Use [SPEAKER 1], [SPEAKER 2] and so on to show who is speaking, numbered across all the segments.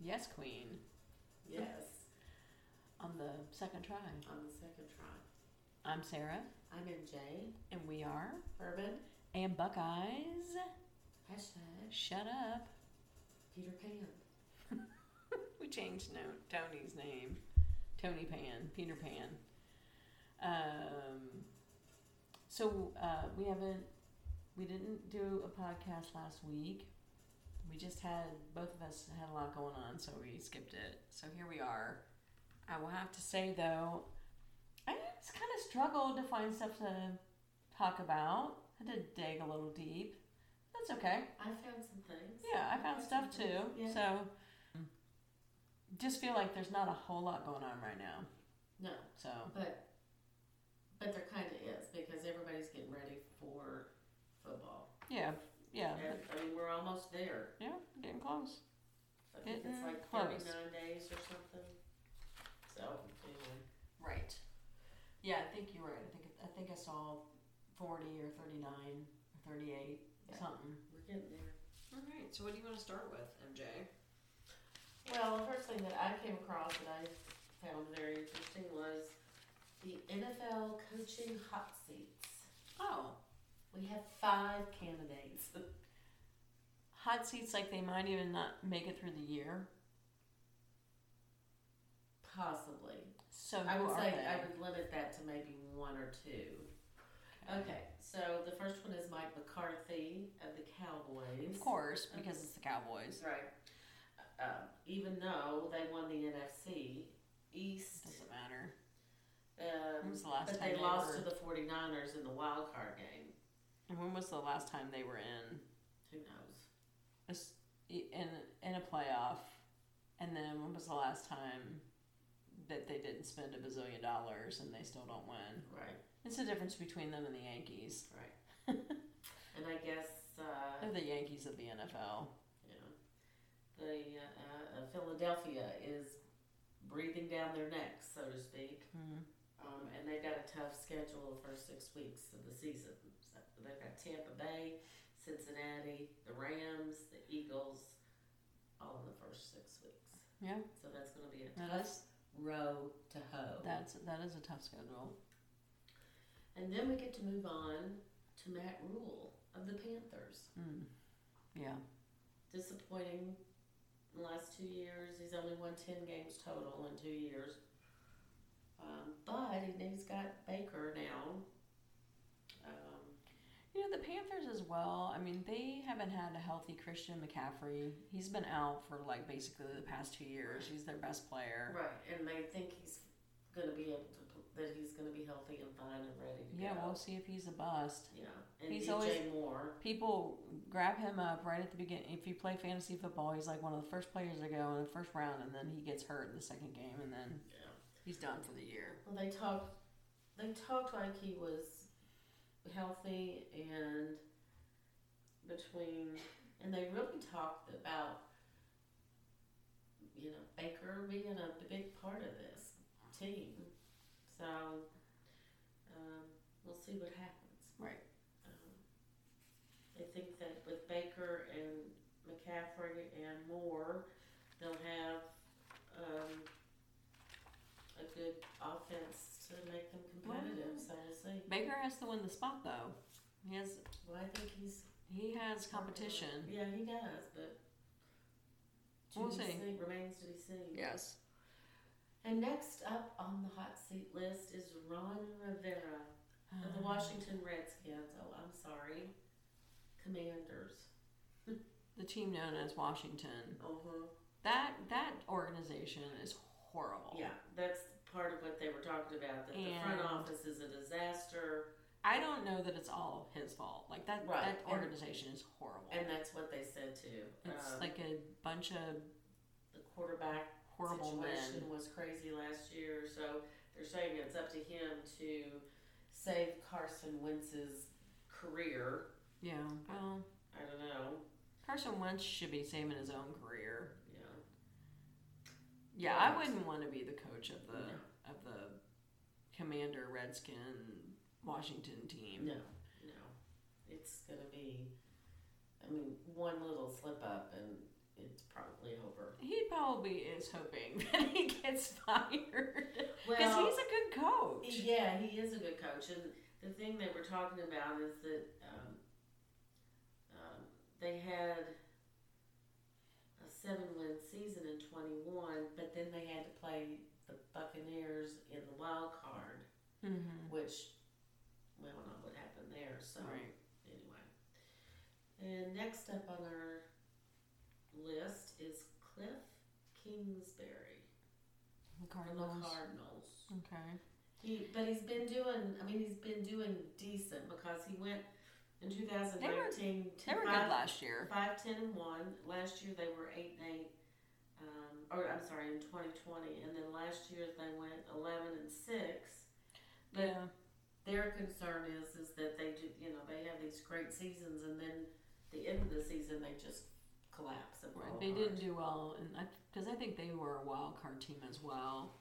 [SPEAKER 1] Yes, Queen.
[SPEAKER 2] Yes,
[SPEAKER 1] On the second try.
[SPEAKER 2] on the second try.
[SPEAKER 1] I'm Sarah,
[SPEAKER 2] I'm in J.
[SPEAKER 1] and we are.
[SPEAKER 2] Urban.
[SPEAKER 1] And Buckeyes,
[SPEAKER 2] Hashtag
[SPEAKER 1] shut up.
[SPEAKER 2] Peter Pan.
[SPEAKER 1] We changed no, Tony's name. Tony Pan, Peter Pan. Um, so uh, we haven't, we didn't do a podcast last week. We just had, both of us had a lot going on, so we skipped it. So here we are. I will have to say, though, I just kind of struggled to find stuff to talk about. I had to dig a little deep. That's okay.
[SPEAKER 2] I found some things.
[SPEAKER 1] Yeah, I found stuff too.
[SPEAKER 2] Yeah.
[SPEAKER 1] So just feel like there's not a whole lot going on right now.
[SPEAKER 2] No,
[SPEAKER 1] So
[SPEAKER 2] but but there kind of is because everybody's getting ready for football.
[SPEAKER 1] yeah, yeah,
[SPEAKER 2] And, I mean, we're almost there.
[SPEAKER 1] yeah, getting close.
[SPEAKER 2] I think it's
[SPEAKER 1] Mm-mm,
[SPEAKER 2] like
[SPEAKER 1] close.
[SPEAKER 2] 39 days or something. So anyway,
[SPEAKER 1] Right. Yeah, I think you're right. I think I think I saw forty or thirty nine or thirty eight
[SPEAKER 2] Yeah.
[SPEAKER 1] something.
[SPEAKER 2] we're getting there.
[SPEAKER 1] All right. So what do you want to start with, MJ?
[SPEAKER 2] Well, the first thing that I came across that I found very interesting was the NFL coaching hot seats.
[SPEAKER 1] Oh,
[SPEAKER 2] We have five candidates.
[SPEAKER 1] hot seats like they might even not make it through the year.
[SPEAKER 2] Possibly.
[SPEAKER 1] So who
[SPEAKER 2] I would
[SPEAKER 1] are
[SPEAKER 2] say
[SPEAKER 1] they?
[SPEAKER 2] I would limit that to maybe one or two. Okay, so the first one is Mike McCarthy of the Cowboys.
[SPEAKER 1] Of course, because it's the Cowboys.
[SPEAKER 2] Right. Um, even though they won the NFC East,
[SPEAKER 1] Doesn't matter. When
[SPEAKER 2] um,
[SPEAKER 1] was the last
[SPEAKER 2] but
[SPEAKER 1] time
[SPEAKER 2] they
[SPEAKER 1] they
[SPEAKER 2] lost
[SPEAKER 1] were-
[SPEAKER 2] to the 49ers in the wild card game.
[SPEAKER 1] And when was the last time they were in?
[SPEAKER 2] Who knows?
[SPEAKER 1] a s- in in a playoff, and then when was the last time that they didn't spend a bazillion dollars and they still don't win?
[SPEAKER 2] Right,
[SPEAKER 1] It's the difference between them and the Yankees.
[SPEAKER 2] right.
[SPEAKER 1] They're
[SPEAKER 2] And I guess, uh,
[SPEAKER 1] the Yankees of the NFL.
[SPEAKER 2] you know, the uh, uh, Philadelphia is breathing down their necks, so to speak. Um, and they got a tough schedule the first six weeks of the season. So they've got Tampa Bay, Cincinnati, the Rams, the Eagles, all in the first six weeks.
[SPEAKER 1] Yeah,
[SPEAKER 2] So that's going to be a
[SPEAKER 1] Now
[SPEAKER 2] tough
[SPEAKER 1] that's
[SPEAKER 2] row to hoe.
[SPEAKER 1] that's that is a tough schedule.
[SPEAKER 2] And then we get to move on to Matt Rule of the Panthers.
[SPEAKER 1] Mm. Yeah,
[SPEAKER 2] Disappointing the last two years. He's only won 10 games total in two years. Um, but he- he's got Baker now. Um,
[SPEAKER 1] you know the Panthers as well. I mean, they haven't had a healthy Christian McCaffrey. He's been out for like basically the past two years. He's their best player.
[SPEAKER 2] Right, and they think he's going to be able to, pl- that he's going to be healthy and fine and ready to
[SPEAKER 1] Yeah,
[SPEAKER 2] go.
[SPEAKER 1] we'll see if he's a bust.
[SPEAKER 2] yeah, and
[SPEAKER 1] he's
[SPEAKER 2] DJ
[SPEAKER 1] always-
[SPEAKER 2] Moore.
[SPEAKER 1] people grab him up right at the beginning. If you play fantasy football, he's like one of the first players to go in the first round, and then he gets hurt in the second game, and then
[SPEAKER 2] Yeah.
[SPEAKER 1] he's done for the year.
[SPEAKER 2] Well, they talked. They talked like he was healthy and between, and they really talked about you know Baker being a big part of this team. So um, we'll see what happens.
[SPEAKER 1] Right.
[SPEAKER 2] Um, I think that with Baker and McCaffrey and Moore, they'll have um, a good offense to make them competitive. So we'll see.
[SPEAKER 1] Baker has to win the spot though. He has
[SPEAKER 2] Well, I think he's
[SPEAKER 1] he has competition.
[SPEAKER 2] Yeah, he does, but to
[SPEAKER 1] We'll
[SPEAKER 2] be
[SPEAKER 1] see.
[SPEAKER 2] seen- Remains to be seen.
[SPEAKER 1] Yes.
[SPEAKER 2] And next up on the hot seat list is Ron Rivera of
[SPEAKER 1] Uh-huh.
[SPEAKER 2] the Washington Redskins. Oh, I'm sorry, Commanders.
[SPEAKER 1] The team known as Washington.
[SPEAKER 2] Uh huh.
[SPEAKER 1] That that organization is horrible.
[SPEAKER 2] Yeah, that's part of what they were talking about. That the
[SPEAKER 1] And-
[SPEAKER 2] front office is a disaster,
[SPEAKER 1] I don't know that it's all his fault. Like that
[SPEAKER 2] Right.
[SPEAKER 1] that organization is horrible.
[SPEAKER 2] and that's what they said too.
[SPEAKER 1] it's
[SPEAKER 2] Um,
[SPEAKER 1] like a bunch of
[SPEAKER 2] the quarterback
[SPEAKER 1] horrible
[SPEAKER 2] situation
[SPEAKER 1] men.
[SPEAKER 2] was crazy last year, so they're saying it's up to him to save Carson Wentz's career.
[SPEAKER 1] Yeah. Well,
[SPEAKER 2] I don't know.
[SPEAKER 1] Carson Wentz should be saving his own career.
[SPEAKER 2] Yeah,
[SPEAKER 1] Yeah, I
[SPEAKER 2] Right.
[SPEAKER 1] wouldn't want to be the coach of the
[SPEAKER 2] No.
[SPEAKER 1] of the Commander Redskin Washington team.
[SPEAKER 2] no, no. It's gonna be. I mean, one little slip up and it's probably over.
[SPEAKER 1] He'd Bowlby is hoping that he gets fired
[SPEAKER 2] Well,
[SPEAKER 1] because he's a good coach.
[SPEAKER 2] Yeah, he is a good coach. And the thing they were talking about is that um, um, they had a seven win season in 21, but then they had to play the Buccaneers in the wild card,
[SPEAKER 1] Mm-hmm.
[SPEAKER 2] which we all know what happened there. So,
[SPEAKER 1] Right.
[SPEAKER 2] anyway. And next up on our list is Cliff Kingsbury from the
[SPEAKER 1] Cardinals.
[SPEAKER 2] Cardinals.
[SPEAKER 1] Okay.
[SPEAKER 2] He, but he's been doing. I mean, he's been doing decent because he went in 2019. to
[SPEAKER 1] They were
[SPEAKER 2] five-
[SPEAKER 1] good last year.
[SPEAKER 2] five, 10, and one. Last year they were eight and eight. Um, or I'm sorry, in 2020, and then last year they went 11 and six. But
[SPEAKER 1] Yeah.
[SPEAKER 2] their concern is is that they do. You know, they have these great seasons, and then the end of the season they just collapse. and fall
[SPEAKER 1] Right, they
[SPEAKER 2] apart.
[SPEAKER 1] didn't do well, and because I, think they were a wild card team as well.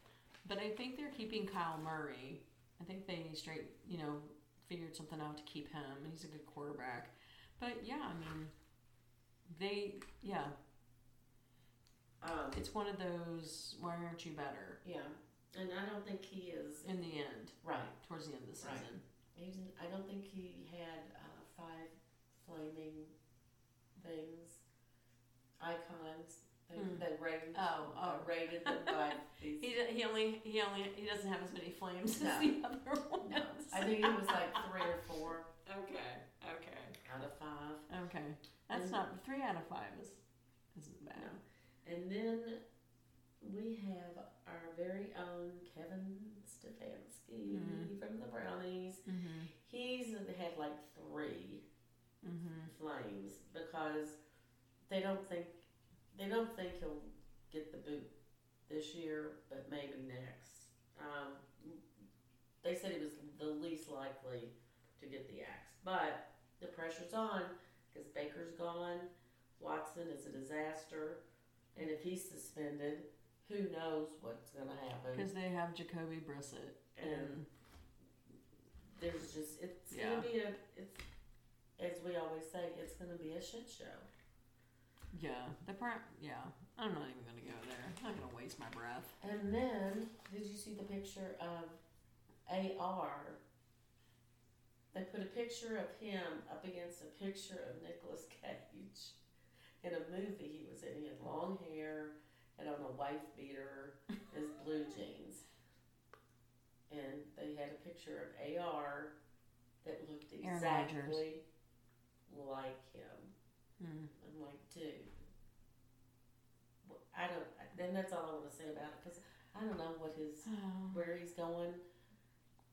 [SPEAKER 1] But I think they're keeping Kyle Murray. I think they straight, you know, figured something out to keep him. and He's a good quarterback. But yeah, I mean, they, yeah,
[SPEAKER 2] Um,
[SPEAKER 1] it's one of those. Why aren't you better?
[SPEAKER 2] yeah, and I don't think he is
[SPEAKER 1] In the end,
[SPEAKER 2] right.
[SPEAKER 1] towards the end of the season,
[SPEAKER 2] Right. He's, I don't think he had uh, five flaming things, icons. They,
[SPEAKER 1] Hmm.
[SPEAKER 2] they rated,
[SPEAKER 1] Oh,
[SPEAKER 2] uh,
[SPEAKER 1] oh.
[SPEAKER 2] rated them by these.
[SPEAKER 1] he d- he only he only he doesn't have as many flames
[SPEAKER 2] No.
[SPEAKER 1] as the other ones.
[SPEAKER 2] no, I think it was like three or four
[SPEAKER 1] okay, okay,
[SPEAKER 2] out of five.
[SPEAKER 1] okay. That's
[SPEAKER 2] And-
[SPEAKER 1] not three out of five is isn't bad.
[SPEAKER 2] No. And then we have our very own Kevin Stefanski
[SPEAKER 1] Mhm.
[SPEAKER 2] from the Brownies.
[SPEAKER 1] Mm-hmm.
[SPEAKER 2] He's had like three
[SPEAKER 1] Mm-hmm.
[SPEAKER 2] flames because they don't think they don't think he'll get the boot this year, but maybe next. Um, they said he was the least likely to get the axe, but the pressure's on because Baker's gone, Watson is a disaster, and if he's suspended, who knows what's going to happen?
[SPEAKER 1] Because they have Jacoby Brissett
[SPEAKER 2] And
[SPEAKER 1] and
[SPEAKER 2] there's just it's
[SPEAKER 1] Yeah.
[SPEAKER 2] going to be a it's as we always say, it's going to be a shit show.
[SPEAKER 1] yeah, the pro- yeah. I'm not even gonna go there. I'm not gonna waste my breath.
[SPEAKER 2] And then, did you see the picture of AR? They put a picture of him up against a picture of Nicolas Cage in a movie he was in. He had long hair and on a wife beater, his blue jeans. And they had a picture of AR that looked
[SPEAKER 1] Aaron Rodgers.
[SPEAKER 2] exactly like him.
[SPEAKER 1] Mm.
[SPEAKER 2] I'm like, dude, wh- I don't. Then that's all I want to say about it because I don't know what his,
[SPEAKER 1] Oh.
[SPEAKER 2] where he's going,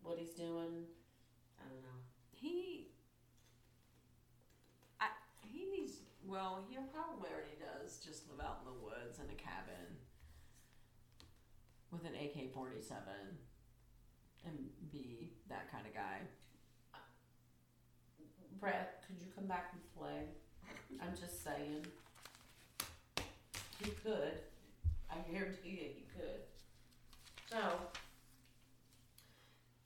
[SPEAKER 2] what he's doing. I don't know.
[SPEAKER 1] He, I he needs. Well, he probably already does. Just live out in the woods in a cabin with an AK-47 and be that kind of guy.
[SPEAKER 2] Brett, could you come back and play? I'm just saying. He could. I guarantee you, he could. So.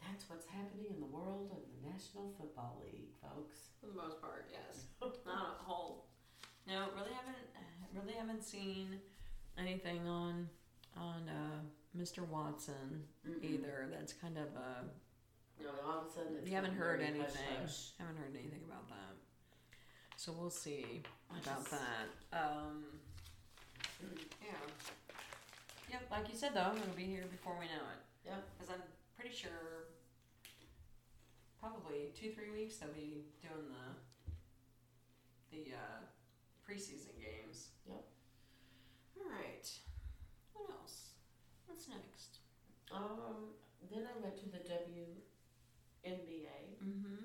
[SPEAKER 2] That's what's happening in the world of the National Football League, folks.
[SPEAKER 1] For the most part, yes. not a whole. No, really haven't really haven't seen anything on on uh, Mr. Watson
[SPEAKER 2] Mm-hmm.
[SPEAKER 1] either. That's kind of uh,
[SPEAKER 2] No, all of a sudden it's
[SPEAKER 1] you haven't
[SPEAKER 2] gotten
[SPEAKER 1] heard
[SPEAKER 2] very
[SPEAKER 1] anything.
[SPEAKER 2] hush-hush.
[SPEAKER 1] Haven't heard anything about that. So we'll see
[SPEAKER 2] I
[SPEAKER 1] about
[SPEAKER 2] just-
[SPEAKER 1] that. Um, yeah. Yep. Like you said though, it'll be here before we know it.
[SPEAKER 2] Yep.
[SPEAKER 1] Because I'm pretty sure. Probably two three weeks they'll be doing the the uh, preseason games.
[SPEAKER 2] Yep.
[SPEAKER 1] All right. What else? What's next?
[SPEAKER 2] Um, then I went to the WNBA
[SPEAKER 1] Mm-hmm.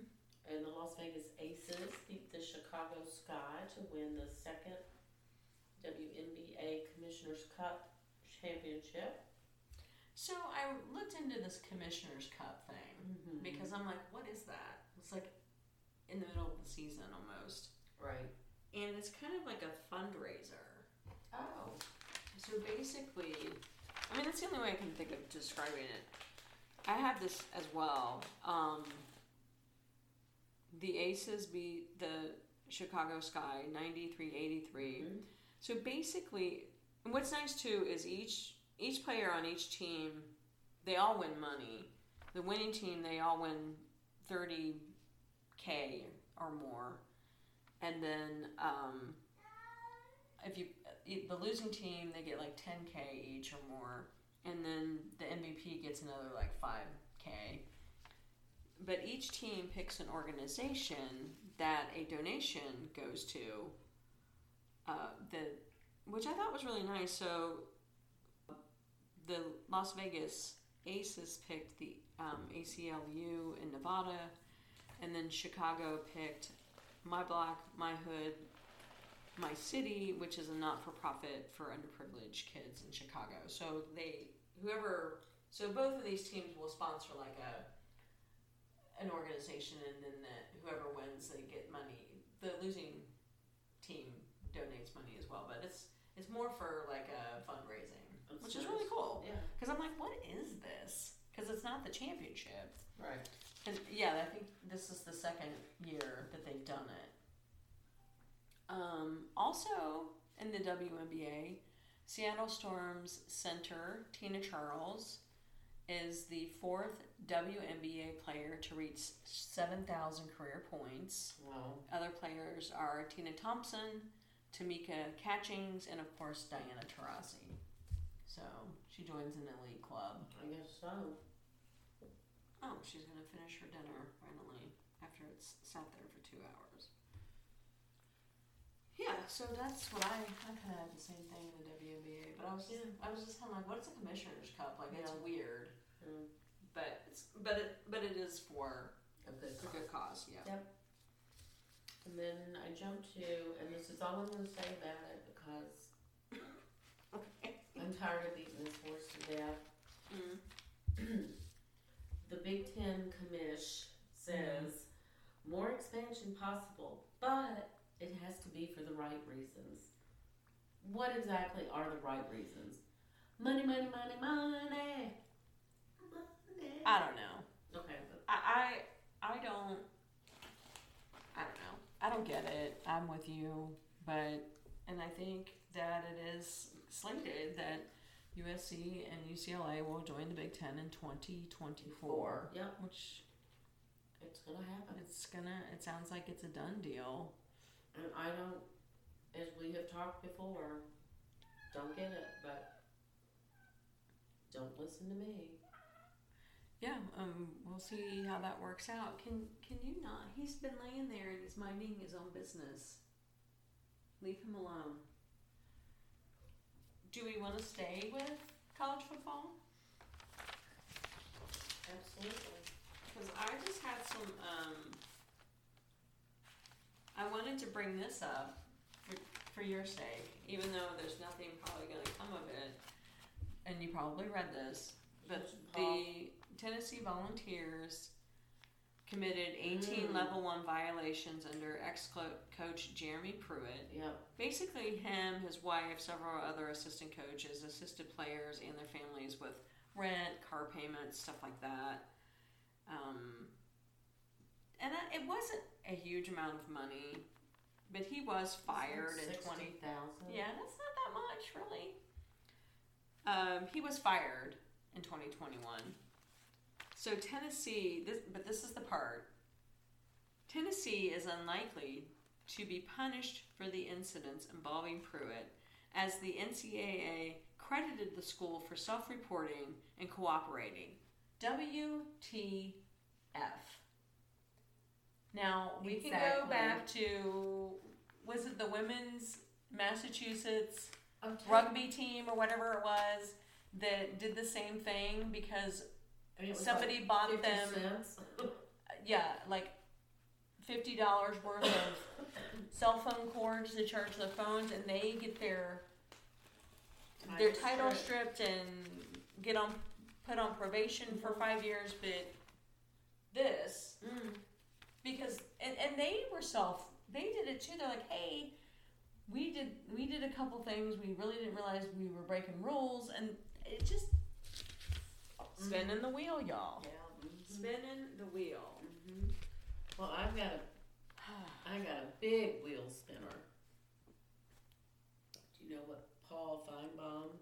[SPEAKER 2] and the Las Vegas Aces beat the Chicago Sky to win the second WNBA Commissioner's Cup championship.
[SPEAKER 1] So I looked into this commissioner's cup thing. because I'm like, what is that? It's like in the middle of the season almost,
[SPEAKER 2] right.
[SPEAKER 1] and it's kind of like a fundraiser.
[SPEAKER 2] Oh.
[SPEAKER 1] So basically, I mean, that's the only way I can think of describing it. I had this as well. Um, the Aces beat the Chicago Sky 93 83.
[SPEAKER 2] Mhm.
[SPEAKER 1] So basically, And what's nice too is each each player on each team, they all win money. The winning team, they all win thirty k or more, and then um, if you the losing team, they get like ten k each or more, and then the MVP gets another like five k. But each team picks an organization that a donation goes to. Uh, that which I thought was really nice. So the Las Vegas Aces picked the um, ACLU in Nevada, and then Chicago picked my block, my hood, my city, which is a not-for-profit for underprivileged kids in Chicago. So they whoever so both of these teams will sponsor like a an organization, and then that whoever wins they get money. The losing team donates money as well, but it's it's more for like a fundraising,
[SPEAKER 2] That's
[SPEAKER 1] which is
[SPEAKER 2] nice.
[SPEAKER 1] really cool.
[SPEAKER 2] Yeah.
[SPEAKER 1] Because I'm like, what is this? Because it's not the championship.
[SPEAKER 2] Right.
[SPEAKER 1] And yeah, I think this is the second year that they've done it. Um, also in the WNBA, Seattle Storm's center Tina Charles is the fourth WNBA player to reach 7,000 career points.
[SPEAKER 2] Wow.
[SPEAKER 1] Other players are Tina Thompson, Tamika Catchings, and of course Diana Taurasi. So she joins an elite club.
[SPEAKER 2] I guess so.
[SPEAKER 1] Oh, she's gonna finish her dinner randomly after it's sat there for two hours. Yeah, so that's what I I kind of had the same thing in the WNBA, but I was just, I was just kind of like, what's a commissioner's cup? Like it's
[SPEAKER 2] Yeah.
[SPEAKER 1] weird,
[SPEAKER 2] Mm.
[SPEAKER 1] but it's but it but it is for
[SPEAKER 2] A good
[SPEAKER 1] a good cause. Yeah.
[SPEAKER 2] And then I jumped to, and this is all I'm going to say about it because I'm tired of beating this horse to death.
[SPEAKER 1] Mm.
[SPEAKER 2] the Big Ten commish says more expansion possible, but it has to be for the right reasons. What exactly are the right reasons? Money, money, money, money. Money.
[SPEAKER 1] I don't know.
[SPEAKER 2] Okay, but
[SPEAKER 1] I I, I don't. I don't know. I don't get it. I'm with you, but and I think that it is slated that USC and UCLA will join the Big Ten in 2024,
[SPEAKER 2] yep,
[SPEAKER 1] which
[SPEAKER 2] it's gonna happen.
[SPEAKER 1] it's gonna. It sounds like it's a done deal.
[SPEAKER 2] And I don't, as we have talked before, don't get it, but don't listen to me.
[SPEAKER 1] Yeah, um, we'll see how that works out. Can can you not? He's been laying there and he's minding his own business. Leave him alone. Do we want to stay with college football?
[SPEAKER 2] Absolutely.
[SPEAKER 1] Because I just had some. Um, I wanted to bring this up for, for your sake, even though there's nothing probably going to come of it. And you probably read this, but the Tennessee Volunteers committed 18
[SPEAKER 2] Mm.
[SPEAKER 1] level 1 violations under ex coach Jeremy Pruitt.
[SPEAKER 2] Yep.
[SPEAKER 1] Basically, him, his wife, several other assistant coaches assisted players and their families with rent, car payments, stuff like that. Um, and that, it wasn't a huge amount of money, but he was fired in 20.
[SPEAKER 2] thousand.
[SPEAKER 1] Yeah, that's not that much, really. Um, he was fired in 2021. So Tennessee, this, but this is the part. Tennessee is unlikely to be punished for the incidents involving Pruitt, as the NCAA credited the school for self-reporting and cooperating. WTF. Now we can go
[SPEAKER 2] Exactly.
[SPEAKER 1] back to was it the women's Massachusetts
[SPEAKER 2] Okay.
[SPEAKER 1] rugby team or whatever it was that did the same thing because
[SPEAKER 2] And it was
[SPEAKER 1] somebody
[SPEAKER 2] like
[SPEAKER 1] bought
[SPEAKER 2] 50
[SPEAKER 1] them
[SPEAKER 2] cents.
[SPEAKER 1] yeah like $50 worth of cell phone cords to charge their phones and they get their their title stripped and get on put on probation for 5 years but this
[SPEAKER 2] Mm.
[SPEAKER 1] because and, and they were self they did it too they're like hey we did we did a couple things we really didn't realize we were breaking rules and it just spinning the wheel y'all
[SPEAKER 2] Yeah.
[SPEAKER 1] Mm-hmm. spinning the wheel
[SPEAKER 2] Mm-hmm. Well, I've got a I got a big wheel spinner. Do you know what Paul Feinbaum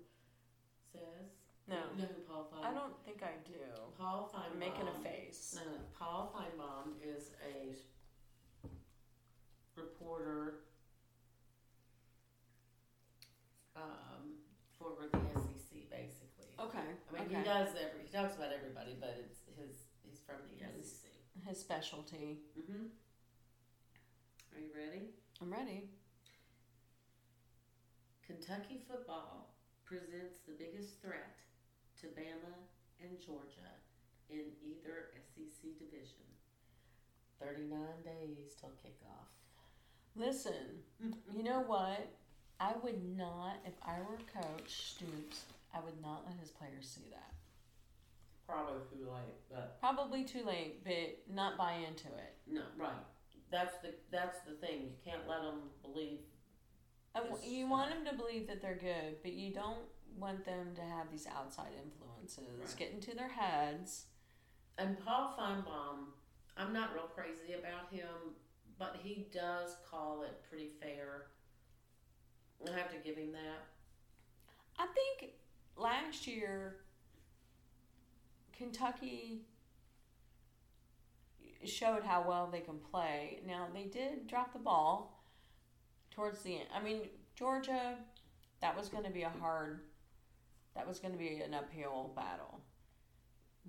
[SPEAKER 2] says?
[SPEAKER 3] No.
[SPEAKER 2] You know who Paul Feinbaum
[SPEAKER 3] I don't think I do.
[SPEAKER 2] Paul Feinbaum.
[SPEAKER 3] I'm making
[SPEAKER 1] Um,
[SPEAKER 3] a face.
[SPEAKER 2] No, no. Uh, Paul Feinbaum is a reporter um, for the SEC, basically.
[SPEAKER 1] Okay.
[SPEAKER 2] I mean, he
[SPEAKER 1] okay.
[SPEAKER 2] does every. He talks about everybody, but it's his. He's from the E SEC.
[SPEAKER 1] His specialty.
[SPEAKER 2] Mm-hmm. Are you ready?
[SPEAKER 1] I'm ready.
[SPEAKER 2] Kentucky football presents the biggest threat to Bama and Georgia in either SEC division. 39 days till kickoff.
[SPEAKER 1] Listen, you know what? I would not, if I were Coach Stoops, I would not let his players see that.
[SPEAKER 2] Probably too late, but
[SPEAKER 1] Probably too late, but not buy into it.
[SPEAKER 2] no, right. That's the that's the thing. You can't let them believe.
[SPEAKER 1] I Uh, w-
[SPEAKER 2] Yes.
[SPEAKER 1] you want them to believe that they're good, but you don't want them to have these outside influences
[SPEAKER 2] Right.
[SPEAKER 1] get into their heads.
[SPEAKER 2] And Paul Feinbaum, I'm not real crazy about him, but he does call it pretty fair. I have to give him that.
[SPEAKER 1] I think last year, Kentucky showed how well they can play. Now, they did drop the ball towards the end. I mean, Georgia, that was going to be a hard, that was going to be an uphill battle.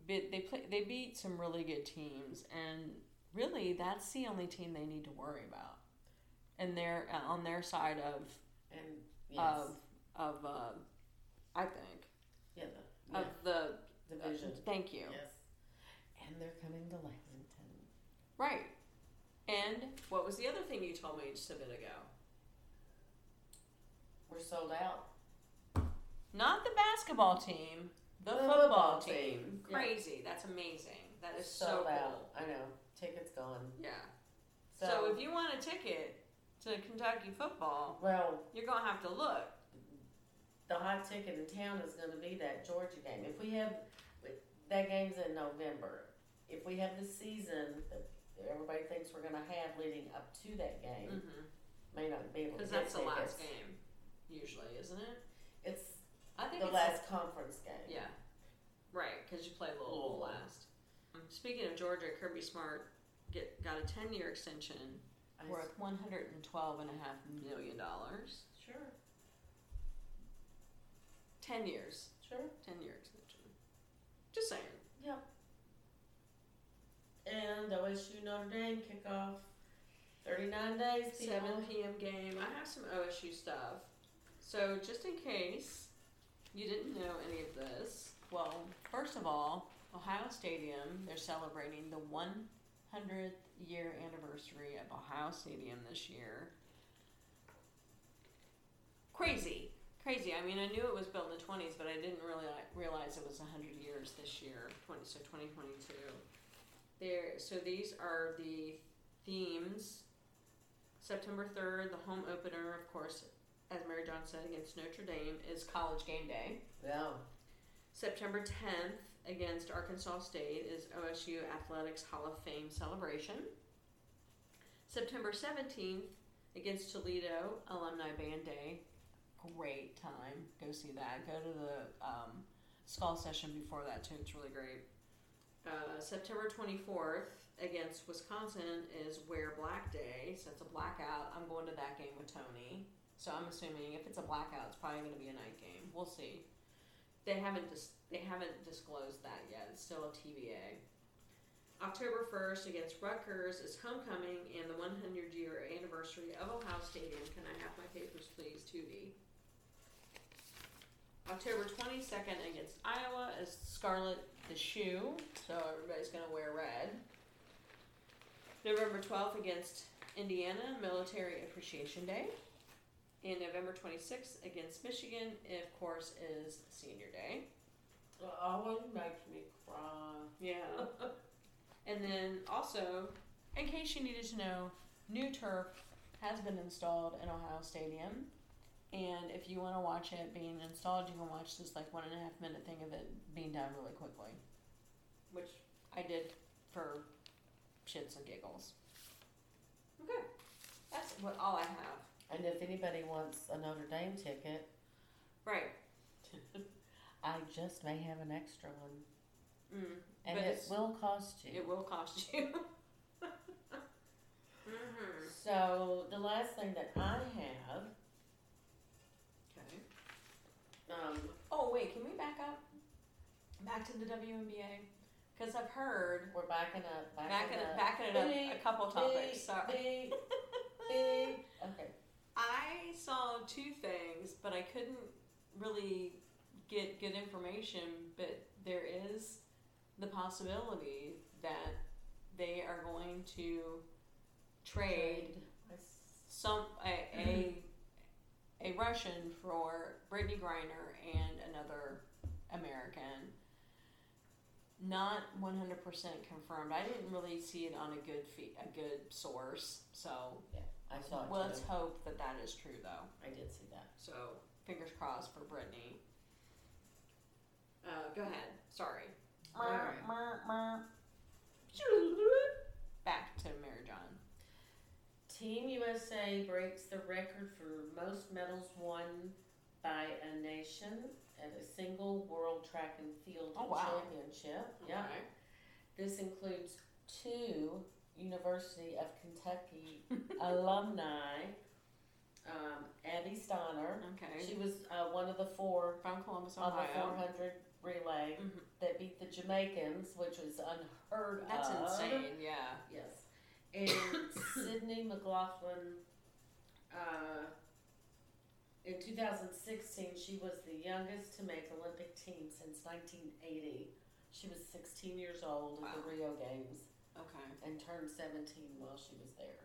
[SPEAKER 1] But they play, they beat some really good teams, and really, that's the only team they need to worry about. And they're uh, on their side of
[SPEAKER 2] And yes,
[SPEAKER 1] of of uh, I think
[SPEAKER 2] yeah, the, yeah,
[SPEAKER 1] of the uh,
[SPEAKER 2] division.
[SPEAKER 1] thank you.
[SPEAKER 2] Yes. And they're coming to Lexington.
[SPEAKER 1] Right. And what was the other thing you told me just a bit ago?
[SPEAKER 2] We're sold out.
[SPEAKER 1] Not the basketball team, the,
[SPEAKER 2] The
[SPEAKER 1] football,
[SPEAKER 2] football
[SPEAKER 1] team.
[SPEAKER 2] team. Yeah.
[SPEAKER 1] Crazy. That's amazing. That is so cool.
[SPEAKER 2] I know. Tickets gone.
[SPEAKER 1] Yeah.
[SPEAKER 2] So,
[SPEAKER 1] So, if you want a ticket to Kentucky football,
[SPEAKER 2] well,
[SPEAKER 1] you're gonna have to look.
[SPEAKER 2] the hot ticket in town is going to be that Georgia game. If we have that game's in November. If we have the season that everybody thinks we're going to have leading up to that game,
[SPEAKER 1] Because
[SPEAKER 2] may not be able to get
[SPEAKER 1] Mm. Mm-hmm. that's the last
[SPEAKER 2] tickets.
[SPEAKER 1] game, usually, isn't it?
[SPEAKER 2] It's
[SPEAKER 1] I think
[SPEAKER 2] the
[SPEAKER 1] it's
[SPEAKER 2] last conference game.
[SPEAKER 1] Yeah. Right, because you play Louisville
[SPEAKER 2] Louisville.
[SPEAKER 1] last. Um, Speaking of Georgia, Kirby Smart get, got a 10 year extension
[SPEAKER 2] I s-
[SPEAKER 1] worth $112.5 million.
[SPEAKER 2] Sure,
[SPEAKER 1] 10 years.
[SPEAKER 2] sure.
[SPEAKER 1] 10 year extension. Just saying.
[SPEAKER 2] And OSU Notre Dame kickoff. 39 days, people.
[SPEAKER 1] 7 p.m. game. I have some OSU stuff. So, just in case you didn't know any of this, well, first of all, Ohio Stadium, they're celebrating the 100th year anniversary of Ohio Stadium this year. Crazy. Crazy. I mean, I knew it was built in the 20s, but I didn't really realize it was 100 years this year, 20, so 2022. There, so these are the themes September 3rd, the home opener, of course, as Mary John said, against Notre Dame is college game day.
[SPEAKER 2] Yeah.
[SPEAKER 1] September 10th, against Arkansas State, is OSU Athletics Hall of Fame celebration. September 17th, against Toledo, Alumni Band Day. Great time. Go see that. Go to the um, skull session before that, too. It's really great. Uh, September 24th against Wisconsin is Wear Black Day. So it's a blackout. I'm going to that game with Tony. So I'm assuming if it's a blackout, it's probably going to be a night game. We'll see. They haven't dis- they haven't disclosed that yet. It's still a TBA. October 1st against Rutgers is homecoming and the 100 year anniversary of Ohio Stadium. Can I have my papers, please, Tootie? October 22nd against Iowa is Scarlet the Shoe, so everybody's going to wear red. November 12th against Indiana, Military Appreciation Day. And November 26th against Michigan, of course, is Senior Day.
[SPEAKER 2] It always makes me cry.
[SPEAKER 1] Yeah. and then also, in case you needed to know, new turf has been installed in Ohio Stadium. And if you want to watch it being installed, you can watch this like one and a half minute thing of it being done really quickly, which I did for shits and giggles. Okay, that's what all I have.
[SPEAKER 2] And if anybody wants a Notre Dame ticket,
[SPEAKER 1] Right.
[SPEAKER 2] I just may have an extra one,
[SPEAKER 1] Mm.
[SPEAKER 2] and
[SPEAKER 1] But
[SPEAKER 2] it
[SPEAKER 1] it's-
[SPEAKER 2] will cost you.
[SPEAKER 1] It will cost you. mm-hmm.
[SPEAKER 2] So the last thing that I have,
[SPEAKER 1] Okay.
[SPEAKER 2] um,
[SPEAKER 1] Oh wait, can we back up? Back to the WNBA because I've heard
[SPEAKER 2] we're backing up, backing,
[SPEAKER 1] backing
[SPEAKER 2] up,
[SPEAKER 1] it, backing it up a
[SPEAKER 2] Big,
[SPEAKER 1] couple
[SPEAKER 2] big,
[SPEAKER 1] topics. Sorry.
[SPEAKER 2] big, big. Okay.
[SPEAKER 1] I saw two things, but I couldn't really get good information. But there is the possibility that they are going to trade some a, a, a Russian for Brittany Griner and another American. Not one hundred percent confirmed. I didn't really see it on a good feed, a good source. So
[SPEAKER 2] I saw it.
[SPEAKER 1] let's
[SPEAKER 2] too.
[SPEAKER 1] hope that that is true, though.
[SPEAKER 2] I did see that.
[SPEAKER 1] So fingers crossed for Brittany. Uh, go ahead. Sorry.
[SPEAKER 2] All right.
[SPEAKER 1] Back to Mary John.
[SPEAKER 2] Team USA breaks the record for most medals won by a nation at a single World Track and Field
[SPEAKER 1] Oh, wow.
[SPEAKER 2] Championship. Yeah.
[SPEAKER 1] Okay.
[SPEAKER 2] This includes two University of Kentucky alumni, um, Abby Steiner.
[SPEAKER 1] Okay.
[SPEAKER 2] She was uh, one of the four
[SPEAKER 1] From Columbus,
[SPEAKER 2] on the
[SPEAKER 1] Ohio.
[SPEAKER 2] 400 relay
[SPEAKER 1] Mhm.
[SPEAKER 2] that beat the Jamaicans, which was unheard
[SPEAKER 1] That's
[SPEAKER 2] of.
[SPEAKER 1] insane. Yeah.
[SPEAKER 2] Yes. And Sydney McLaughlin, uh, in 2016, she was the youngest to make Olympic team since 1980. She was 16 years old at the
[SPEAKER 1] Wow.
[SPEAKER 2] Rio Games
[SPEAKER 1] Okay.
[SPEAKER 2] and turned 17 while she was there.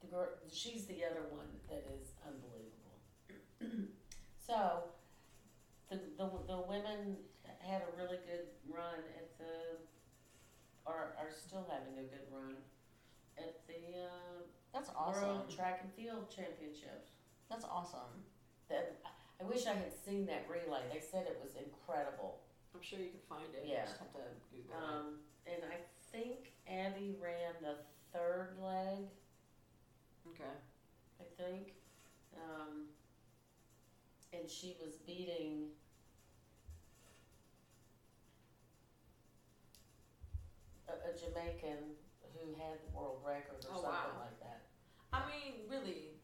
[SPEAKER 2] The girl, she's the other one that is unbelievable. so, the, the the women had a really good run at the, are are still having a good run at the uh,
[SPEAKER 4] That's
[SPEAKER 2] World Track and Field Championships.
[SPEAKER 4] That's awesome.
[SPEAKER 2] That I wish I had seen that relay. They said it was incredible.
[SPEAKER 1] I'm sure you can find it. You
[SPEAKER 2] Yeah.
[SPEAKER 1] just have to Google it.
[SPEAKER 2] Um, and I think Abby ran the third leg.
[SPEAKER 1] Okay.
[SPEAKER 2] I think. Um, and she was beating. A, a Jamaican who had the world record or
[SPEAKER 1] Oh,
[SPEAKER 2] something
[SPEAKER 1] wow.
[SPEAKER 2] like that.
[SPEAKER 1] I mean, really,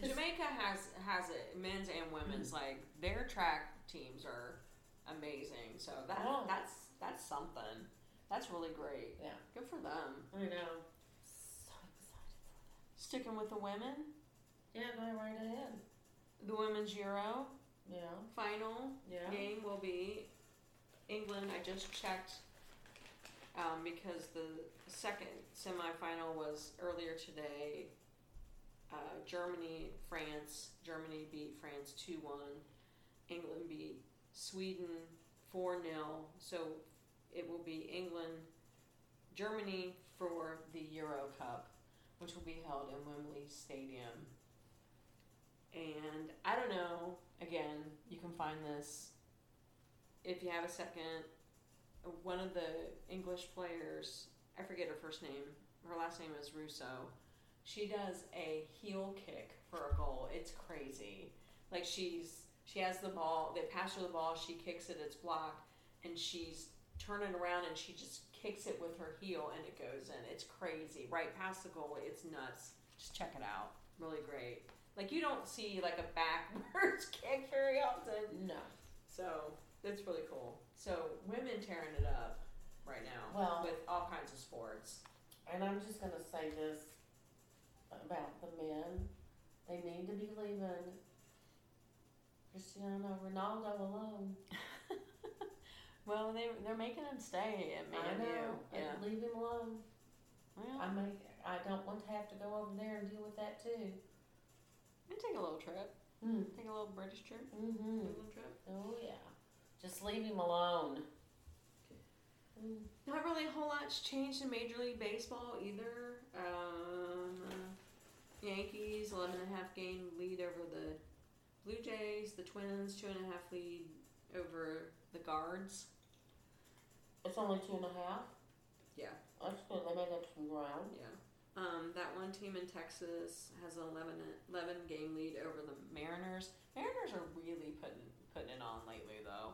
[SPEAKER 1] Jamaica has has it, men's and women's. Like their track teams are amazing. So that
[SPEAKER 2] Yeah.
[SPEAKER 1] that's that's something. That's really great.
[SPEAKER 2] Yeah.
[SPEAKER 1] Good for them.
[SPEAKER 2] I know. So excited for that.
[SPEAKER 1] Sticking with the women,
[SPEAKER 2] Yeah, going right ahead.
[SPEAKER 1] the women's Euro
[SPEAKER 2] Yeah,
[SPEAKER 1] final
[SPEAKER 2] yeah.
[SPEAKER 1] game will be England. I just checked um, because the second semifinal was earlier today. Uh, Germany, France. Germany beat France 2 1. England beat Sweden 4 0. So it will be England, Germany for the Euro Cup, which will be held in Wembley Stadium. And I don't know, again, you can find this if you have a second. One of the English players, I forget her first name, her last name is Russo. She does a heel kick for a goal. It's crazy. Like she's she has the ball, they pass her the ball, she kicks it, it's blocked, and she's turning around and she just kicks it with her heel and it goes in. It's crazy. Right past the goal, it's nuts. Just check it out. Really great. Like you don't see like a backwards kick very often.
[SPEAKER 2] No.
[SPEAKER 1] So that's really cool. So women tearing it up right now
[SPEAKER 2] Well,
[SPEAKER 1] with all kinds of sports.
[SPEAKER 2] And I'm just gonna say this about the men. They need to be leaving Cristiano Ronaldo alone.
[SPEAKER 1] Well, they they're making them stay at
[SPEAKER 2] I
[SPEAKER 1] Man
[SPEAKER 2] know.
[SPEAKER 1] U. Yeah.
[SPEAKER 2] And Leave him alone.
[SPEAKER 1] Well,
[SPEAKER 2] I may, I don't want to have to go over there and deal with that too.
[SPEAKER 1] we take a little trip.
[SPEAKER 2] Mm.
[SPEAKER 1] Take a little British trip.
[SPEAKER 2] hmm
[SPEAKER 1] Take a little trip.
[SPEAKER 2] Oh yeah. Just leave him alone. Mm.
[SPEAKER 1] Not really a whole lot's changed in Major League Baseball either. Um, uh, Yankees, 11 and a half game lead over the Blue Jays. The Twins, two and a half lead over the Guards.
[SPEAKER 2] It's only two and a half.
[SPEAKER 1] Yeah.
[SPEAKER 2] That's good. They made up some ground.
[SPEAKER 1] Yeah. Um, that one team in Texas has an 11, 11 game lead over the Mariners. Mariners are really putting putting it on lately, though.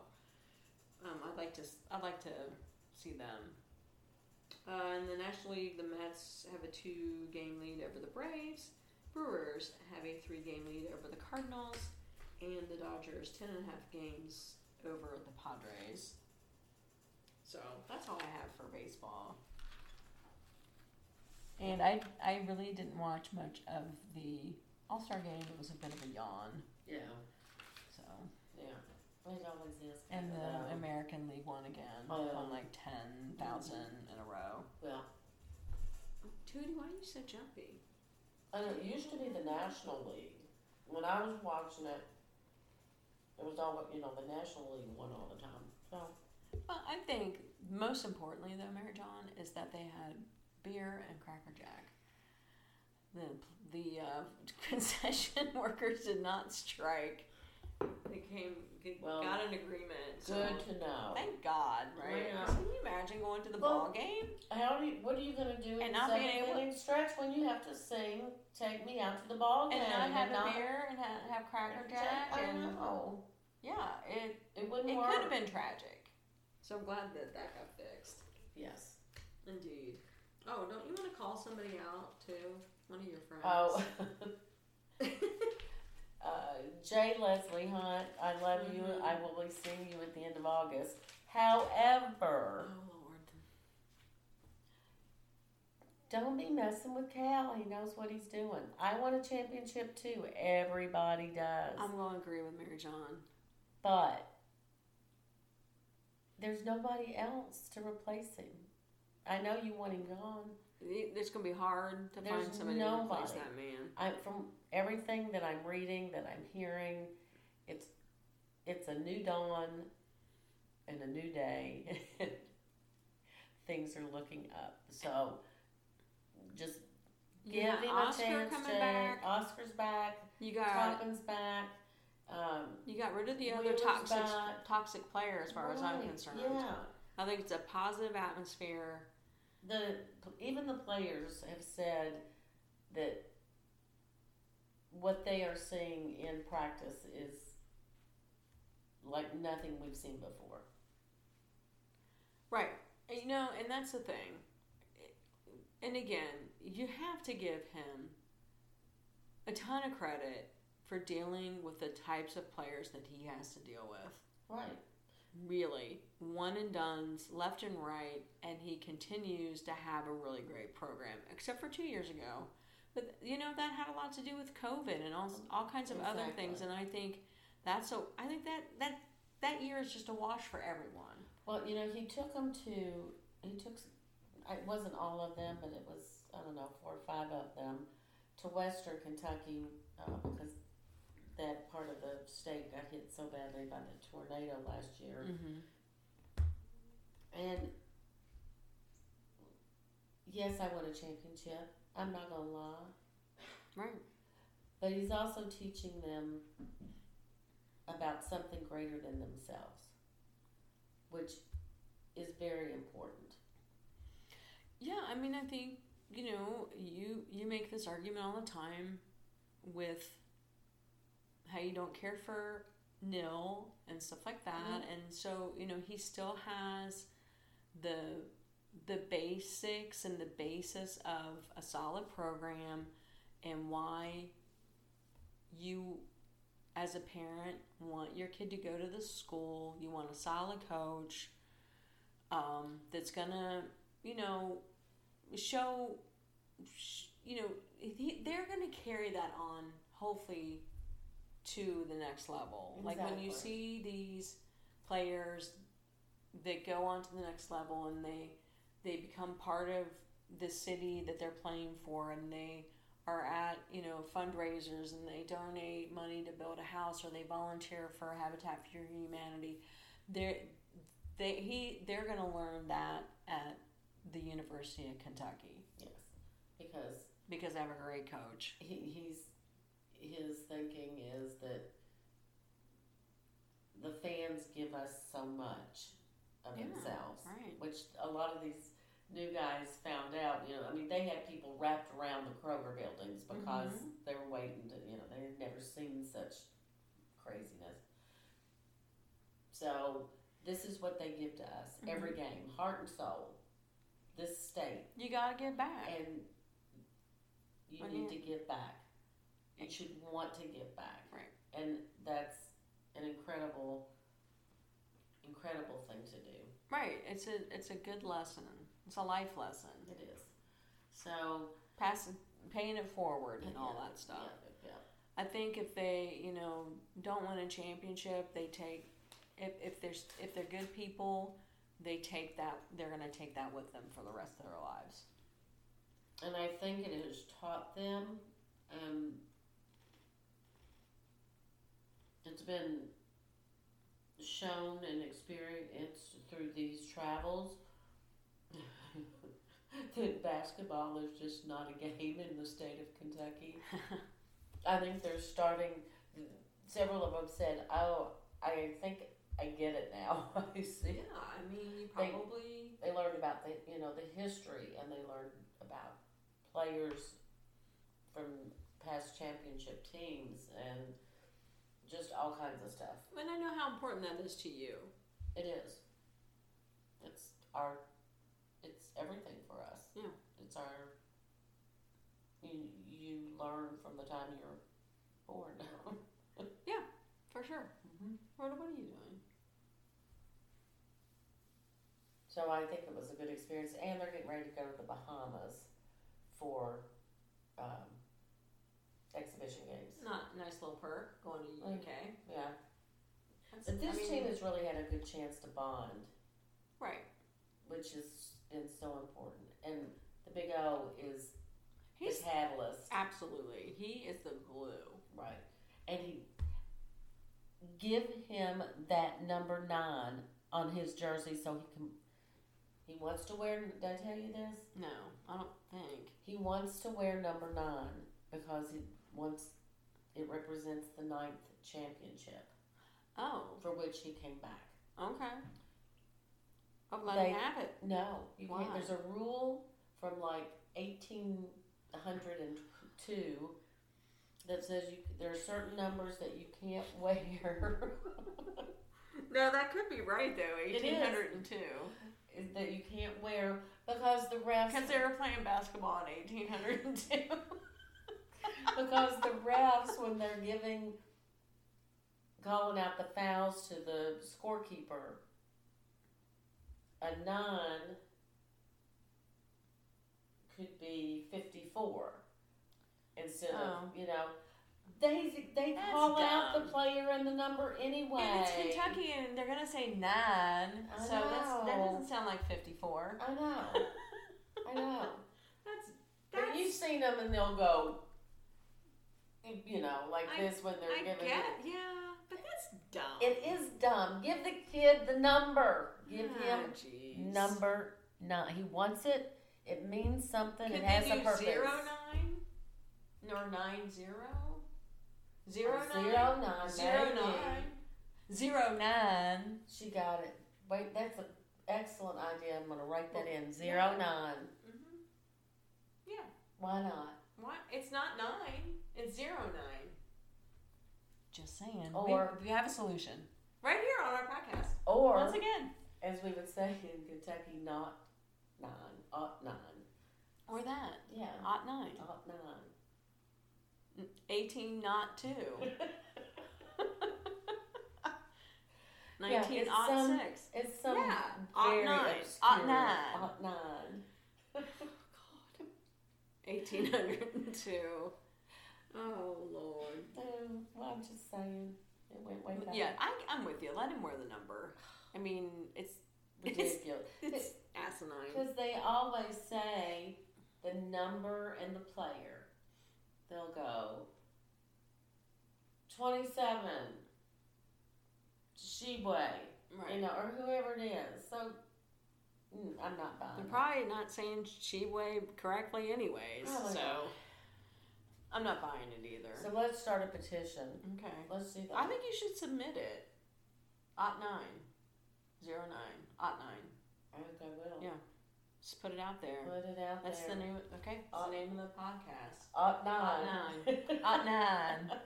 [SPEAKER 1] Um, I'd like to s- I'd like to see them. Uh, in the National League, the Mets have a two game lead over the Braves. Brewers have a three game lead over the Cardinals, and the Dodgers ten and a half games over the Padres. So that's all I have for baseball.
[SPEAKER 5] And I, I really didn't watch much of the All Star game. It was a bit of a yawn.
[SPEAKER 2] Yeah,
[SPEAKER 5] So
[SPEAKER 2] yeah. It always is.
[SPEAKER 5] and
[SPEAKER 2] kind of
[SPEAKER 5] the
[SPEAKER 2] that.
[SPEAKER 5] American League won again
[SPEAKER 2] Oh, yeah.
[SPEAKER 5] won like ten thousand in a row.
[SPEAKER 2] well,
[SPEAKER 1] Tootie, why are you so jumpy?
[SPEAKER 2] I know, it used to be the National League. When I was watching it, it was all you know the National League won all the time. So
[SPEAKER 5] Well, I think most importantly though, Mary John, is that they had beer and Cracker Jack. The the uh, concession workers did not strike.
[SPEAKER 1] They came, they
[SPEAKER 2] Well,
[SPEAKER 1] got an agreement. So
[SPEAKER 2] good to know.
[SPEAKER 5] Thank God, right?
[SPEAKER 2] Yeah.
[SPEAKER 5] Can you imagine going to the ball
[SPEAKER 2] Well,
[SPEAKER 5] game?
[SPEAKER 2] How do you, what are you gonna do in
[SPEAKER 5] And
[SPEAKER 2] the
[SPEAKER 5] not being
[SPEAKER 2] second
[SPEAKER 5] able-
[SPEAKER 2] inning stretch when you have to sing "Take Me Out to the Ball Game"
[SPEAKER 5] and not have
[SPEAKER 2] and not-
[SPEAKER 5] a beer and ha- have Cracker Jack
[SPEAKER 2] I
[SPEAKER 5] and
[SPEAKER 2] know.
[SPEAKER 5] yeah, it
[SPEAKER 2] It wouldn't
[SPEAKER 5] it
[SPEAKER 2] work.
[SPEAKER 5] could have been tragic.
[SPEAKER 1] So I'm glad that that got fixed.
[SPEAKER 2] Yes.
[SPEAKER 1] Indeed. Oh, don't you want to call somebody out too? One of your friends.
[SPEAKER 2] Oh. uh, J. Leslie Hunt, I love
[SPEAKER 5] Mm-hmm.
[SPEAKER 1] Mhm.
[SPEAKER 2] you. I will be seeing you at the end of August. However,
[SPEAKER 1] Oh, Lord.
[SPEAKER 2] Don't be messing with Cal. He knows what he's doing. I want a championship too. Everybody does.
[SPEAKER 1] I'm going to agree with Mary John.
[SPEAKER 2] but there's nobody else to replace him. I know you want him gone.
[SPEAKER 1] It's going to be hard to find
[SPEAKER 2] There's
[SPEAKER 1] somebody to replace
[SPEAKER 2] nobody.
[SPEAKER 1] that man.
[SPEAKER 2] I from everything that I'm reading, that I'm hearing, it's it's a new dawn and a new day. Things are looking up. So just
[SPEAKER 1] You
[SPEAKER 2] give
[SPEAKER 1] got
[SPEAKER 2] him
[SPEAKER 1] Oscar
[SPEAKER 2] a chance.
[SPEAKER 1] coming
[SPEAKER 2] Jane.
[SPEAKER 1] back.
[SPEAKER 2] Oscar's back.
[SPEAKER 1] You got
[SPEAKER 2] Toppin's back. Um,
[SPEAKER 1] you got rid of the other
[SPEAKER 2] Wheeler's
[SPEAKER 1] toxic
[SPEAKER 2] back.
[SPEAKER 1] toxic player as far as I'm
[SPEAKER 2] right,
[SPEAKER 1] concerned.
[SPEAKER 2] yeah.
[SPEAKER 1] I think it's a positive atmosphere.
[SPEAKER 2] The even the players have said that what they are seeing in practice is like nothing we've seen before.
[SPEAKER 1] Right. And, You know, and that's the thing. And again, you have to give him a ton of credit for dealing with the types of players that he has to deal with.
[SPEAKER 2] Right.
[SPEAKER 1] Really, one and done's left and right, and he continues to have a really great program, except for two years ago. But you know that had a lot to do with COVID and all all kinds of other
[SPEAKER 2] Exactly.
[SPEAKER 1] things. And I think that's so. I think that that that year is just a wash for everyone.
[SPEAKER 2] Well, you know, he took them to he took s- it wasn't all of them, but it was I don't know four or five of them to Western Kentucky uh, because that part of the state got hit so badly by the tornado last year.
[SPEAKER 1] Mm-hmm.
[SPEAKER 2] And yes, I won a championship. I'm not gonna lie,
[SPEAKER 1] Right.
[SPEAKER 2] but he's also teaching them about something greater than themselves, which is very important.
[SPEAKER 1] Yeah, I mean, I think you know you you make this argument all the time with how you don't care for nil and stuff like that, and so you know he still has the the basics and the basis of a solid program and why you as a parent want your kid to go to the school you want a solid coach um, that's gonna you know show sh- you know he, they're going to carry that on hopefully to the next level like when you
[SPEAKER 2] Exactly.
[SPEAKER 1] see these players that go on to the next level and they they become part of the city that they're playing for and they are at you know fundraisers and they donate money to build a house or they volunteer for habitat for humanity they're they he they're going to learn that at the university of kentucky
[SPEAKER 2] Yes, because
[SPEAKER 1] because they have a great coach
[SPEAKER 2] he, he's his thinking is that the fans give us so much of
[SPEAKER 1] Yeah,
[SPEAKER 2] themselves,
[SPEAKER 1] right
[SPEAKER 2] which a lot of these new guys found out, you know, I mean, they had people wrapped around the Kroger buildings because
[SPEAKER 1] Mm-hmm.
[SPEAKER 2] they were waiting to, you know, they had never seen such craziness. So this is what they give to us
[SPEAKER 1] Mm-hmm.
[SPEAKER 2] every game, heart and soul. This state,
[SPEAKER 1] You gotta get back.
[SPEAKER 2] and you
[SPEAKER 1] Well,
[SPEAKER 2] need
[SPEAKER 1] yeah.
[SPEAKER 2] to give back. You should want to give back.
[SPEAKER 1] Right.
[SPEAKER 2] And that's an incredible, incredible thing to do.
[SPEAKER 1] Right. It's a it's a good lesson. It's a life lesson.
[SPEAKER 2] It is. So
[SPEAKER 1] Passing, paying it forward, and all
[SPEAKER 2] Yeah,
[SPEAKER 1] that stuff.
[SPEAKER 2] Yeah,
[SPEAKER 1] I think if they, you know, don't win a championship, they take if if there's if they're good people, they take that they're gonna take that with them for the rest of their lives.
[SPEAKER 2] yeah. And I think it has taught them. Um, it's been shown and experienced through these travels that basketball is just not a game in the state of Kentucky. I think they're starting. Several of them said, "Oh, I think I get it now. I see."
[SPEAKER 1] I mean you
[SPEAKER 2] They- they learned about the you know the history and they learned about players from past championship teams and just all kinds of stuff.
[SPEAKER 1] and I know how important that is to you.
[SPEAKER 2] It is. It's our. It's everything for us.
[SPEAKER 1] Yeah.
[SPEAKER 2] It's our. You you learn from the time you're born.
[SPEAKER 1] For sure.
[SPEAKER 2] Mhm.
[SPEAKER 1] Rhoda, Mm-hmm. what are you doing?
[SPEAKER 2] so I think it was a good experience, and they're getting ready to go to the Bahamas for um, exhibition games.
[SPEAKER 1] Not a nice little perk going to the
[SPEAKER 2] Mm.
[SPEAKER 1] UK.
[SPEAKER 2] Yeah.
[SPEAKER 1] That's-
[SPEAKER 2] But this
[SPEAKER 1] I mean,
[SPEAKER 2] team has really had a good chance to bond,
[SPEAKER 1] right.
[SPEAKER 2] which has been so important. And the Big O is
[SPEAKER 1] He's
[SPEAKER 2] the catalyst,
[SPEAKER 1] absolutely he is the glue.
[SPEAKER 2] right? And he give him that number nine on his jersey so he can. He wants to wear. Did I tell you this?
[SPEAKER 1] No, I don't think.
[SPEAKER 2] He wants to wear number nine because he wants. It represents the ninth championship
[SPEAKER 1] Oh,
[SPEAKER 2] for which he came back.
[SPEAKER 1] okay. I'm glad
[SPEAKER 2] They-
[SPEAKER 1] you have it.
[SPEAKER 2] No, you
[SPEAKER 1] Why?
[SPEAKER 2] can't. There's a rule from like 1802 that says you there are certain numbers that you can't wear,
[SPEAKER 1] No, that could be right though.
[SPEAKER 2] It is.
[SPEAKER 1] Eighteen hundred and two,
[SPEAKER 2] that you can't wear because the refs
[SPEAKER 1] because they were playing basketball in eighteen hundred and two.
[SPEAKER 2] because the refs when they're giving calling out the fouls to the scorekeeper a nine could be 54 instead
[SPEAKER 1] Oh.
[SPEAKER 2] of you know they they
[SPEAKER 1] That's
[SPEAKER 2] call out the
[SPEAKER 1] dumb.
[SPEAKER 2] player and the number anyway
[SPEAKER 1] And it's Kentucky, and they're gonna say nine.
[SPEAKER 2] I
[SPEAKER 1] so that's that
[SPEAKER 2] know.
[SPEAKER 1] doesn't sound like fifty-four.
[SPEAKER 2] i know i know
[SPEAKER 1] That's
[SPEAKER 2] but
[SPEAKER 1] that's.
[SPEAKER 2] you've seen them and they'll go you know like
[SPEAKER 1] I-
[SPEAKER 2] this when they're
[SPEAKER 1] I
[SPEAKER 2] giving
[SPEAKER 1] get
[SPEAKER 2] it
[SPEAKER 1] yeah, but that's dumb.
[SPEAKER 2] It is dumb. Give the kid the number. Give
[SPEAKER 1] Ah,
[SPEAKER 2] him
[SPEAKER 1] jeez.
[SPEAKER 2] number nine. He wants it. It means something.
[SPEAKER 1] Could
[SPEAKER 2] it has
[SPEAKER 1] they
[SPEAKER 2] a
[SPEAKER 1] do
[SPEAKER 2] purpose.
[SPEAKER 1] zero nine? Nor nine zero? Zero
[SPEAKER 2] Zero
[SPEAKER 1] nine?
[SPEAKER 2] nine,
[SPEAKER 1] Zero
[SPEAKER 2] maybe.
[SPEAKER 1] nine. Zero nine.
[SPEAKER 2] She got it. Wait, that's an excellent idea. I'm gonna write that in. Zero nine.
[SPEAKER 1] Mm-hmm.
[SPEAKER 2] Why not?
[SPEAKER 1] What? It's not nine. It's zero nine. Just saying.
[SPEAKER 2] Or-
[SPEAKER 6] we, we have a solution.
[SPEAKER 1] Right here on our podcast.
[SPEAKER 2] Or
[SPEAKER 1] Once again.
[SPEAKER 2] as we would say in Kentucky, not nine. Ought nine.
[SPEAKER 1] Or that.
[SPEAKER 2] Yeah.
[SPEAKER 1] Not nine.
[SPEAKER 2] Ought nine.
[SPEAKER 1] Eighteen not two.
[SPEAKER 2] Yeah,
[SPEAKER 1] Nineteen
[SPEAKER 2] it's
[SPEAKER 1] ought
[SPEAKER 2] some-
[SPEAKER 1] six.
[SPEAKER 2] It's some
[SPEAKER 1] Yeah, ought
[SPEAKER 2] very
[SPEAKER 1] nine,
[SPEAKER 2] obscure
[SPEAKER 1] ought nine.
[SPEAKER 2] ought nine.
[SPEAKER 1] Oh, Eighteen hundred and two. Oh Lord.
[SPEAKER 2] Um, well, I'm just saying. It went way back.
[SPEAKER 1] Yeah, I, I'm with you. Let him wear the number. I mean, it's
[SPEAKER 2] ridiculous.
[SPEAKER 1] it's asinine.
[SPEAKER 2] Because they always say the number and the player. They'll go 27, Sheway, you
[SPEAKER 1] Right.
[SPEAKER 2] know, or whoever it is. So mm, I'm not
[SPEAKER 1] They're
[SPEAKER 2] buying. it.
[SPEAKER 1] probably not saying Sheway correctly, anyways.
[SPEAKER 2] Probably
[SPEAKER 1] so
[SPEAKER 2] not.
[SPEAKER 1] I'm not buying it either.
[SPEAKER 2] So let's start a petition.
[SPEAKER 1] okay.
[SPEAKER 2] Let's do that.
[SPEAKER 1] I think you should submit it. Ot nine, zero nine, ot nine.
[SPEAKER 2] I think I will.
[SPEAKER 1] Yeah. Just put it out there.
[SPEAKER 2] Put it out
[SPEAKER 1] That's the
[SPEAKER 2] there.
[SPEAKER 1] new. Okay, that's
[SPEAKER 2] Ought-
[SPEAKER 1] the name of the podcast.
[SPEAKER 2] Ought
[SPEAKER 3] Ought
[SPEAKER 2] nine.
[SPEAKER 1] Ought nine.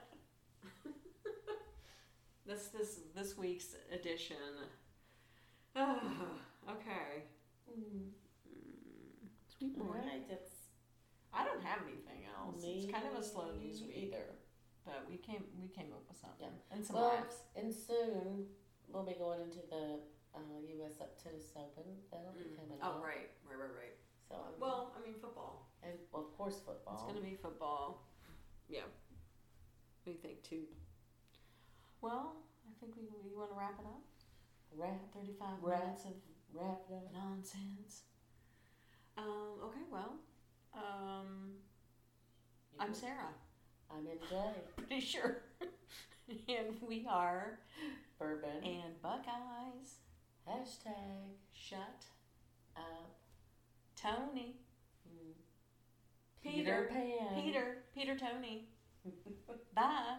[SPEAKER 3] This this this week's edition. Ah, okay.
[SPEAKER 2] Mm.
[SPEAKER 3] Mm, Sweet
[SPEAKER 2] All
[SPEAKER 3] boy.
[SPEAKER 2] right, that's
[SPEAKER 1] I don't have anything else. It's kind of a slow news
[SPEAKER 2] Me-
[SPEAKER 1] either, but we came we came up with something and some
[SPEAKER 2] Well,
[SPEAKER 1] laughs.
[SPEAKER 2] and soon we'll be going into the uh, U.S. Up Tennis Open. That'll be
[SPEAKER 3] Mm.
[SPEAKER 2] coming
[SPEAKER 3] Oh
[SPEAKER 2] up.
[SPEAKER 3] right, right, right, right.
[SPEAKER 2] So I'm,
[SPEAKER 3] Well, I mean football.
[SPEAKER 2] and well, of course football.
[SPEAKER 3] It's gonna be football. Yeah. What do you think too?
[SPEAKER 1] Well, I think we we want to wrap it up.
[SPEAKER 2] wrap
[SPEAKER 1] Thirty five
[SPEAKER 2] Wrap.
[SPEAKER 1] minutes of
[SPEAKER 2] wrap it up.
[SPEAKER 1] nonsense.
[SPEAKER 3] Um, okay, well, um, I'm Sarah.
[SPEAKER 2] I'm in J.
[SPEAKER 1] Pretty sure. and we are
[SPEAKER 2] Bourbon.
[SPEAKER 1] and Buckeyes.
[SPEAKER 2] Hashtag
[SPEAKER 1] Shut
[SPEAKER 2] up.
[SPEAKER 1] Tony.
[SPEAKER 2] Mm.
[SPEAKER 1] Peter.
[SPEAKER 2] Pan.
[SPEAKER 1] Peter. Peter Tony. Bye.